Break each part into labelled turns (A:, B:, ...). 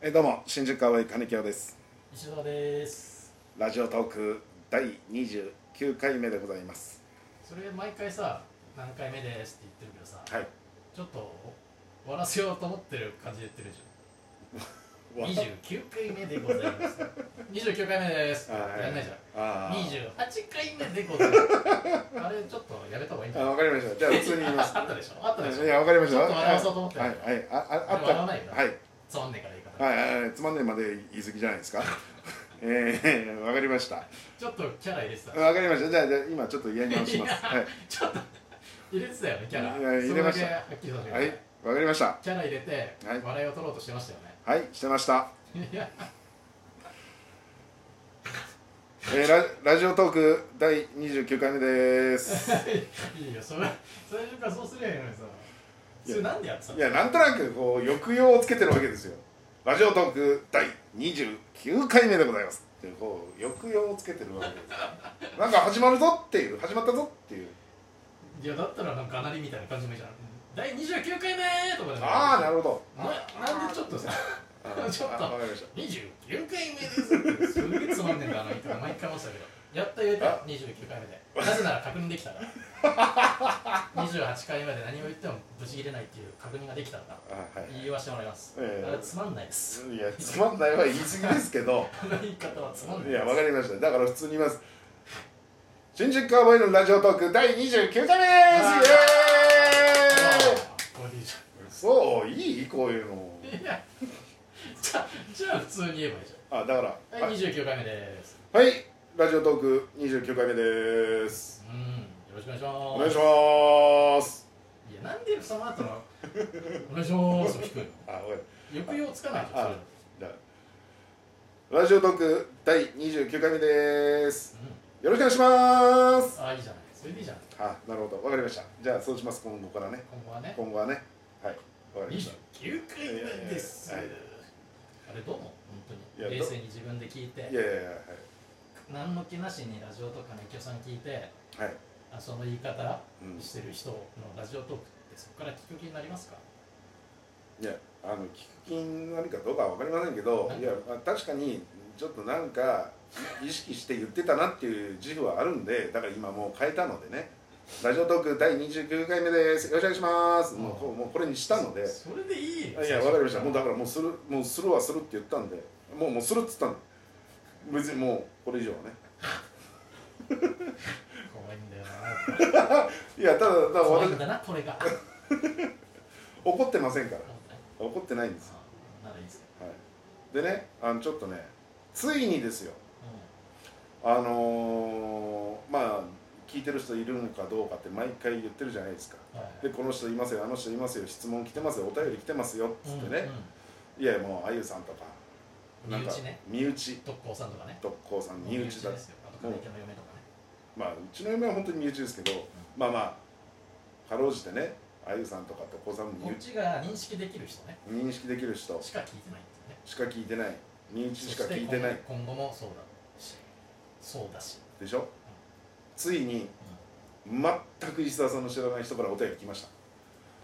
A: えどうも新宿青い金城です
B: 石田です
A: ラジオトーク第29回目でございます
B: それ毎回さ何回目ですって言ってるけどさ、
A: はい
B: ちょっと終わらせようと思ってる感じで言ってるでしょ
A: わ
B: 29回目でござ います29回目です
A: あー
B: やんないじゃん
A: あー
B: 28回目でございますあれちょっとやめた方がいいんじ
A: あ
B: ゃない
A: わかりましたじゃあ普通に言います
B: ああったでしょあったでしょ
A: いやわかりました
B: ちょっと笑わそうと思って
A: はいはいはいあああっ
B: でも笑わないよ
A: たはい
B: つまんねえから言い方、
A: はいはいはいつまんねえまで言い過ぎじゃないですかえー、わかりました
B: ちょっとキャラ入れてた
A: わかりましたじゃあじゃあ今ちょっとやり直しますはい
B: ちょっと入れてたよねキャラ
A: いや入れました
B: そだけはっきりさせてく
A: は
B: ださい
A: いわかりました
B: キャラ入れて
A: はい
B: 笑いを取ろうとしてましたよね
A: はいしてました
B: いや
A: えー、ララジオトーク第29回目です
B: いいよそれ最初からそうすりゃいいのにさそれなんでやってた
A: い
B: の
A: やなんとなくこう抑揚をつけてるわけですよラジオトーク第29回目でございますっていうこう抑揚をつけてるわけですなんか始まるぞっていう始まったぞっていう
B: いやだったらなんかなりみたいな感じもいいじゃん第29回目とかでも
A: ああなるほど
B: ななんでちょっとさ
A: あー
B: ちょっと
A: あわかりまし
B: 29回目ですってすげえつまんねえんだあの人毎回思ってたけどやっと言えたよ29回目でなぜなら確認できたから28回目で何を言ってもブチ切れないっていう確認ができたから
A: たあはい
B: 言わせてもらいます、
A: ええ
B: あれつまんな いです
A: いやつまんないは言い過ぎですけど
B: この言い方はつまんな
A: い
B: いで
A: や
B: す
A: わかりましただから普通に言います新宿カーボーイのラジオトーク第29回目ですイエーイ
B: あーこれでいいじゃん
A: そういいこういうの
B: いやじゃあじゃあ普通に言えばいいじ
A: あだから
B: ゃんはい29回目です
A: はい、ラジオトーク29回目です。
B: うんよろしくお願いします
A: お願いします。
B: いやなんでその後の「お願いします」を聞くの
A: あ、おい、
B: 抑揚つかないでしょ
A: あだラジオトーク第29回目です。
B: そ
A: よ
B: れ
A: ろしくお願いします。
B: うんあいいじゃないそれでいいじゃん
A: あ、なるほど、わかりました。じゃあそうします。今後からね、
B: 今後はね
A: 今後はね、はい、わかりました。
B: 29回目です
A: いやいや
B: あれどうも本
A: い
B: 当
A: や
B: に
A: ど
B: 冷静に自分で聞い
A: いや
B: て
A: いやいや、
B: 何の気なしにラジオとかねきよさん聞いて
A: はい、はい、
B: あその言い方
A: うん、い
B: してる人のラジオトークってそこから聞く気になりますか
A: や、あの聞く気になるかどうかはわかりませんけど、いや、まあ、確かにちょっとなんか意識して言ってたなっていう自負はあるんでだから今もう変えたのでねラジオトーク第29回目ですよろしくお願いしますもうこうもうこれにしたのでい
B: それでいいよ
A: やわかりましたもうだからもうするもうするはするって言ったんでもうもうするっつったの別にもうこれ以上はね
B: 怖いんだよ
A: いやただただ
B: な怖い
A: 私
B: んだなこれが
A: 怒ってませんから
B: あ
A: 怒ってないんです、
B: ならいいですよ、
A: はい、でねあのちょっとねついにですよ
B: う
A: あのーまあ聞いてる人いるのかどうかって毎回言ってるじゃないですか
B: んはい
A: でこの人いますよあの人いますよ質問来てますよお便り来てますよっつってね、いやもうあゆさんとか
B: うんうん、身内ね
A: 身内
B: 特攻さんとかね
A: 特攻さん身内だ
B: ですよあと金池の嫁とかね
A: まあうちの嫁は本当に身内ですけど、まあまあかろうじてねあゆさんとか特攻さんも身
B: こっ
A: 内
B: ちが認識できる人ね
A: 認識できる人
B: しか聞いてないっていうね
A: しか聞いてない身内しか
B: そて
A: 聞いてない
B: 今後今後もそうだしそうだし、
A: でしょついに全く石田さんの知らない人からお便り来ました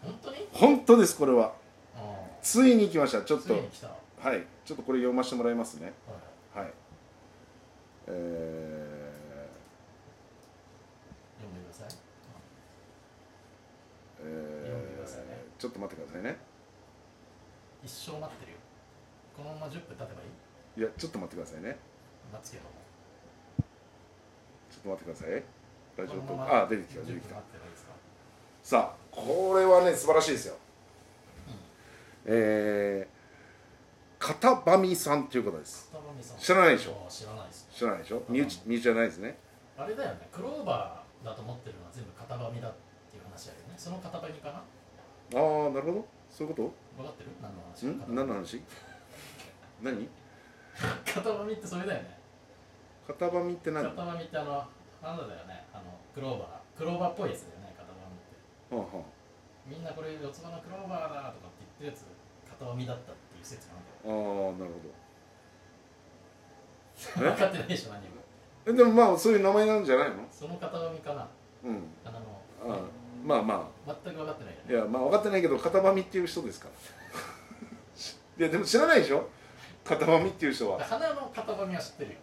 B: うん、本当に
A: 本当ですこれは
B: う
A: ついに来ましたちょ
B: ん
A: っ
B: つい
A: と
B: に来たは
A: はいちょっとこれ読ませてもらいますね
B: い
A: はいえー、
B: 読んでください
A: え
B: 読んでくださいね
A: ーちょっと待ってくださいね
B: 一生待ってるよこのまま10分経てばいい
A: いやちょっと待ってくださいね
B: 待つけど
A: ちょっと待ってくださいラジオ
B: こ
A: トー
B: のま
A: ク
B: ま
A: あ出てきた出てき
B: 10分
A: た
B: 待ってばいいですか
A: さあこれはね素晴らしいですよ、
B: うん
A: えー、片場美さんという方です
B: 北上さん
A: 知らないでしょ
B: あ知らないです
A: 知らないでしょ
B: うん
A: 身内身内じゃないですね
B: あれだよねクローバーだと思ってるのは全部型紙だっていう話だよねその型紙か
A: あ
B: な
A: あなるほどそういうこ
B: 分かってる何の話
A: とん何の話何
B: 型紙ってそれだよね
A: 片場美って何
B: 型
A: は
B: 紙ってあのなんだよねあのクローバークローバーっぽいやつだよね型紙って
A: あはあ
B: みんなこれ四つ葉のクローバーだとかって言ってるやつ型紙だったっていう説なんだよ
A: ああなるほど
B: 分かってないでしょ何も
A: ええでもまあそういう名前なんじゃないの
B: その型紙かな
A: うん
B: あ
A: ああ
B: の
A: まあまあ
B: 全く分かってないよ
A: い
B: ね
A: やまあ分かってないけど片まみっていう人ですからいやでも知らないでしょ片まみっていう人は
B: 花の型紙は知ってるよ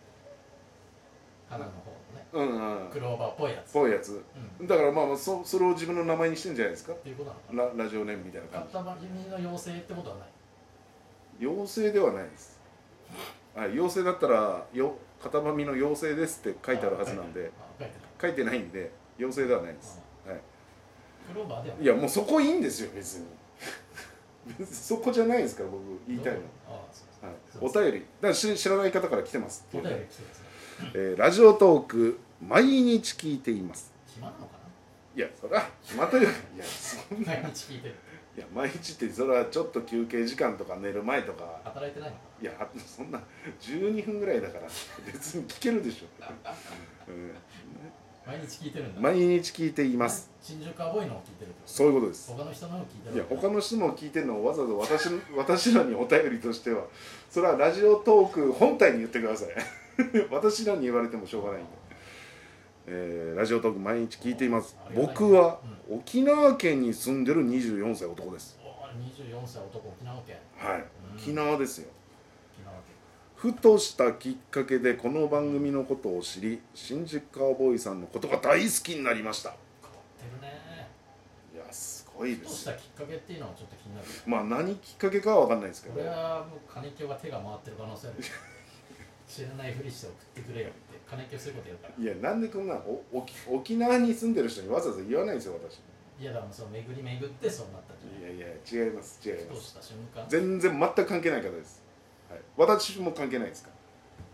B: 花の方のね
A: うんうん
B: クローバーっぽいやつ、うん、
A: ぽいやつだからまあまあそそれを自分の名前にしてんじゃないですか
B: っていうことなのかな
A: ララジオネームみたいな感
B: 型紙の妖精ってことはない
A: じ妖精ではないですあ妖精だったらよ片まみの妖精ですって書いてあるはずなんで
B: あ書いてない
A: 書いてないんで妖精ではないです、はい、
B: クローバーではい
A: やもうそこいいんですよ別に 別にそこじゃないですから僕言いたいの
B: ああそう
A: はい
B: そ、う
A: お
B: です
A: 便りだからし知らない方から来てます
B: お便り来てですね
A: えーラジオトーク毎日聞いています
B: 暇なのか
A: いやそらまたよいやそん
B: な
A: ない
B: 毎日聞いてる
A: や毎日ってそれはちょっと休憩時間とか寝る前とか
B: 働いてないのか
A: いやそんな12分ぐらいだから別に聞けるでしょ、
B: な毎日聞いてるん
A: う
B: だ
A: ん毎日聞いています
B: 新宿アボイのを聞いてるってこと
A: そういうことです
B: 他の人のを聞いてる
A: いや他の人も聞いてるのをわざわざ私の 私らにお便りとしてはそれはラジオトーク本体に言ってください 私らに言われてもしょうがないんで、えーラジオトーク毎日聞いています
B: ありがたい
A: 僕は沖縄県に住んでる24歳男です
B: おー24歳男沖縄県
A: はい
B: うん
A: 沖縄ですよ
B: 沖縄県
A: ふとしたきっかけでこの番組のことを知り新宿カウボーイさんのことが大好きになりましたい
B: 変わってるね
A: やすごい
B: ふ
A: で
B: とし
A: す
B: た
A: よ
B: きっかけっていうのはちょっと気になる
A: まあ何きっかけかは分かんないですけど
B: 俺はもう金清が手が回ってる可能性ある知らないふりして送ってくれよって金清そういうことやるから
A: いやなんでこんなお沖沖縄に住んでる人にわざわざ言わないんですよ私
B: いやだからその巡り巡ってそうなったんじゃない
A: いやいや違います違い
B: ふ
A: ま
B: と
A: す
B: した瞬間
A: 全然全く関係ない方です、はい、私も関係ないですか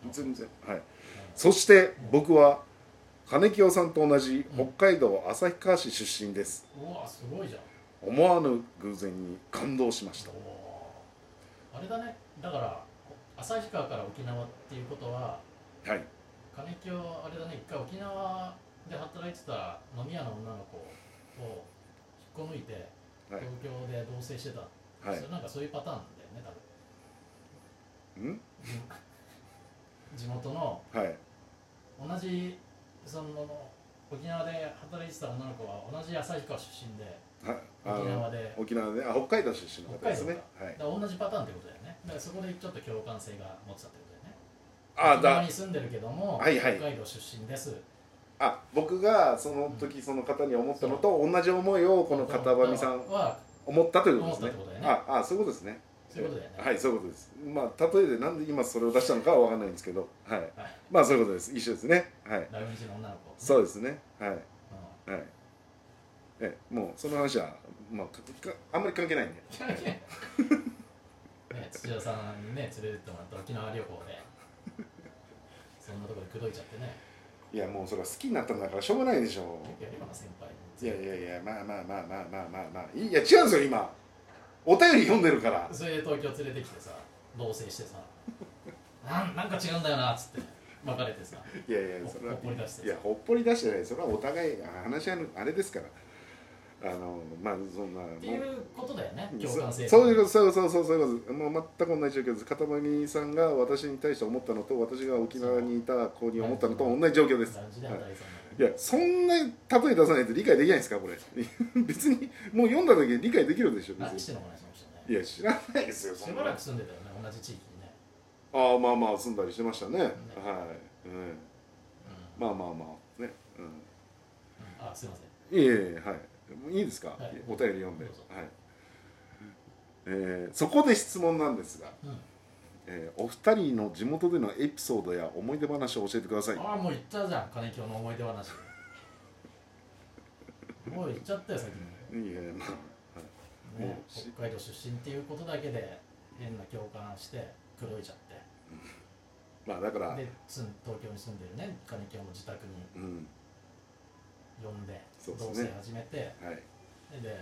A: ら全然はいそして僕は金清さんと同じ北海道旭川市出身です
B: うんうわすごいじゃん
A: 思わぬ偶然に感動しました
B: おーあれだねだから旭川から沖縄っていうことは
A: はい
B: 金清あれだね一回沖縄で働いてた飲み屋の女の子を引っこ抜いて
A: はい
B: 東京で同棲してた、
A: はい
B: それなんかそういうパターンなんだよね 多分
A: ん
B: 地元の
A: はい
B: 同じその沖縄で働いてた女の子は同じ旭川出身で
A: はあ
B: 沖
A: の
B: 縄で
A: 沖縄であ北海道出身の方
B: 北
A: で
B: 海
A: す
B: 道
A: ね
B: か,、
A: はい
B: だから同じパターンってことだよねだからそこでちょっと共感性が持ってたってことだ
A: あ
B: よね沖縄
A: だ
B: に住んでるけども、
A: はいはい
B: 北海道出身です
A: あ僕がその時その方に思ったのと同じ思いをこの片場さん
B: は
A: 思ったということですね
B: 思ったってことだよ
A: ああそういうことですね
B: そういうことだよね
A: はいそういうことですまあ例えでなんで今それを出したのかは分かんないんですけどはい
B: はい
A: まあそういうことです一緒ですねはい
B: ラウンジの女の子、
A: そうう ですねはい
B: ん
A: はいえもうその話はまあかかあんまり関係ないんで
B: ね、土屋さんにね連れてってもらった沖縄旅行でそんなところで口説いちゃってね
A: いやもうそれは好きになったんだからしょうがないでしょ
B: よくやるよな先輩に
A: いやいやいやまあまあまあまあまあまあまあいいいや違うんですよ今お便り読んでるから
B: それで東京連れてきてさ同棲してさなんなんか違うんだよなっつって別れてさ
A: いやいやそれは
B: ほっぽり出して
A: いやほっぽり出してないそれはお互い話し合うあれですからあのまあそんな
B: っていうことだよね共感性
A: そそういうことそうそうそうそういうこともう全く同じ状況です片上さんが私に対して思ったのと私が沖縄にいた子に思ったのと同じ状況です
B: ラウンジで働いてたんだけ
A: いやそんな例え出さないと理解できないんですかこれ 別にもう読んだだけで理解できるでしょ
B: ど何
A: 別
B: して
A: に
B: んのかねその人ね
A: いや知らないですよ
B: し
A: そん
B: ば
A: な
B: らく
A: あ
B: 住んでたよね同じ地域にね、
A: あまあまあ住んだりしてましたねはい、うん、
B: うん
A: まあまあまあね、うん
B: あすいません
A: いえいえはいもういいですか、
B: はい
A: お便り読んで、
B: ど
A: はいう
B: ぞ
A: えーそこで質問なんですが、
B: うん
A: えーお二人の地元でのエピソードや思い出話を教えてください
B: ああもう言ったじゃん金京の思い出話もう言っちゃったよ先に、
A: いいえまあ
B: ね
A: もうし、
B: 北海道出身っていうことだけで変な共感して口説いちゃって
A: まあだから
B: でつん東京に住んでるね金京の自宅に
A: うん
B: 呼んで
A: そう
B: 同
A: ですね
B: 棲始めて
A: はい
B: で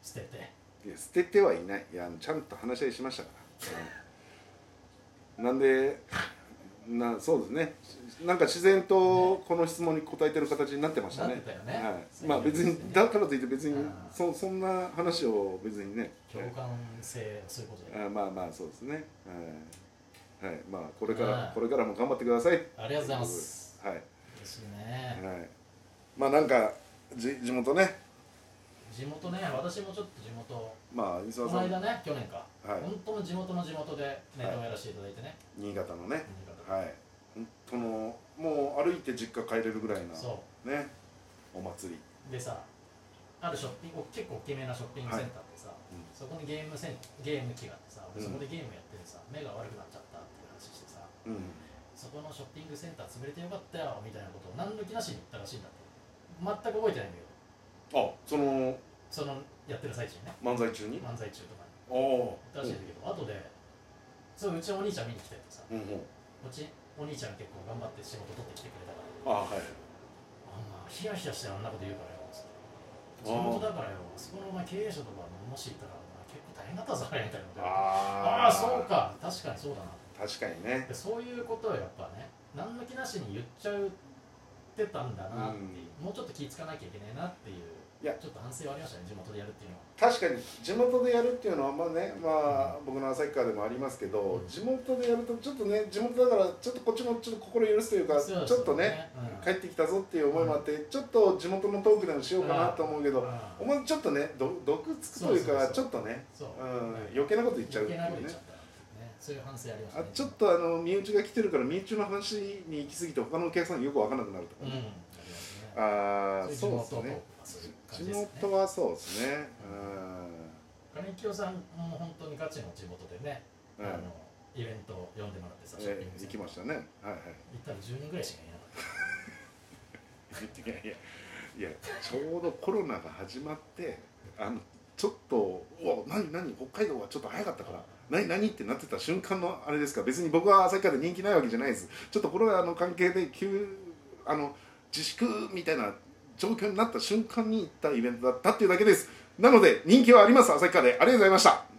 B: 捨てて
A: いや捨ててはいないいやあのちゃんと話し合いしましたから、うんなんでなそうですねなんか自然とこの質問に答えてる形になってました
B: なっ
A: ね
B: てたよね、
A: はい、
B: そう
A: まあ別にだからといって別に
B: あー
A: そそんな話を別にね
B: 共感性そういうこと
A: あ
B: で
A: ーまあまあそうですねはい、はい、まあこれか
B: う
A: ら
B: ん
A: これからも頑張ってくださいはい
B: ありがとうございます
A: はい
B: 嬉しいね、
A: まあなんかじ地元ね
B: 地元ね私もちょっと地元
A: まあ磯
B: こ
A: 田
B: の
A: さん、
B: 間ね去年か、
A: はい、
B: 本当の地元の地元でネタをやらせていただいてね、
A: 新潟のね
B: 新潟
A: はい本当のもう歩いて実家帰れるぐらいな
B: そ
A: ねお祭り
B: うでさあるショッピング結構大きめなショッピングセンターでさ、
A: うん
B: そこにゲームセンゲーム機があってさ俺
A: うん
B: そこでゲームやっててさ、目が悪くなっちゃったっていう話してさ
A: うん
B: そこのショッピングセンター潰れてよかったよみたいなことを何の気なしに言ったらしいんだって全く覚えてないんだけど
A: あその
B: そのやってる最中にね
A: 漫才中にあ
B: 漫才中とかに
A: あうん
B: 言ったらしいんだけど、後でそううちのお兄ちゃん見に来ててさ、う
A: うんうん
B: ちお兄ちゃん結構頑張って仕事取ってきてくれた
A: あ
B: から
A: はい
B: あんなヒヤヒヤしてあんなこと言うからよつって
A: あー
B: 地元だからよそこのお前経営者とかもしいたらお前結構大変だったぞあれみたいなことあ
A: あ
B: あーそうか確かにそうだな
A: 確かにね
B: でそういうことはやっぱね何の気なしに言っちゃうってたんだなっていう、もうちょっと気ぃつかなきゃいけないなっていう
A: いや
B: ちょっと反省はありましたね地元でやるっていうのは
A: 確かに地元でやるっていうのはまあねまあ僕の旭川でもありますけど
B: うん
A: 地元でやるとちょっとね地元だからちょっとこっちもちょっと心許すというかち
B: そう
A: ょ
B: です
A: っとね、
B: うん
A: 帰ってきたぞっていう思いもあってちょっと地元のトークでもしようかなと思うけどお
B: うん
A: 前ちょっとねど毒つくという
B: そう
A: か
B: そう
A: ち
B: そ
A: ょっとね
B: そう
A: うん余計なこと言っちゃうってい
B: 余計
A: うね
B: なこと言っちゃったっていうねそういう反省ありました
A: あ
B: ね
A: ちょっとあの身内が来てるから身内の話に行き過ぎて他のお客さんによく分からなくなると
B: う
A: か
B: んあ
A: ね、ああ
B: りますねそういう地
A: そうで
B: 元
A: す
B: トー
A: ね地
B: クとかそういう感じですね
A: 元はそうですね
B: 金清さんも本当にガチの地元でね、
A: うん、うん
B: あのイベントを呼んでもらってさショッ
A: え
B: ピング
A: 行
B: セ
A: き
B: ンター
A: ましたねはいはい
B: 行ったら10人ぐらいしかいなかった
A: いやいやいやちょうどコロナが始まってあのちょっと「お何何北海道はちょっと早かったから何何?」ってなってた瞬間のあれですか別に僕は朝から人気ないわけじゃないですちょっとコロナの関係で急あの自粛みたいな状況になった瞬間に行ったイベントだったっていうだけですなので人気はあります朝からでありがとうございました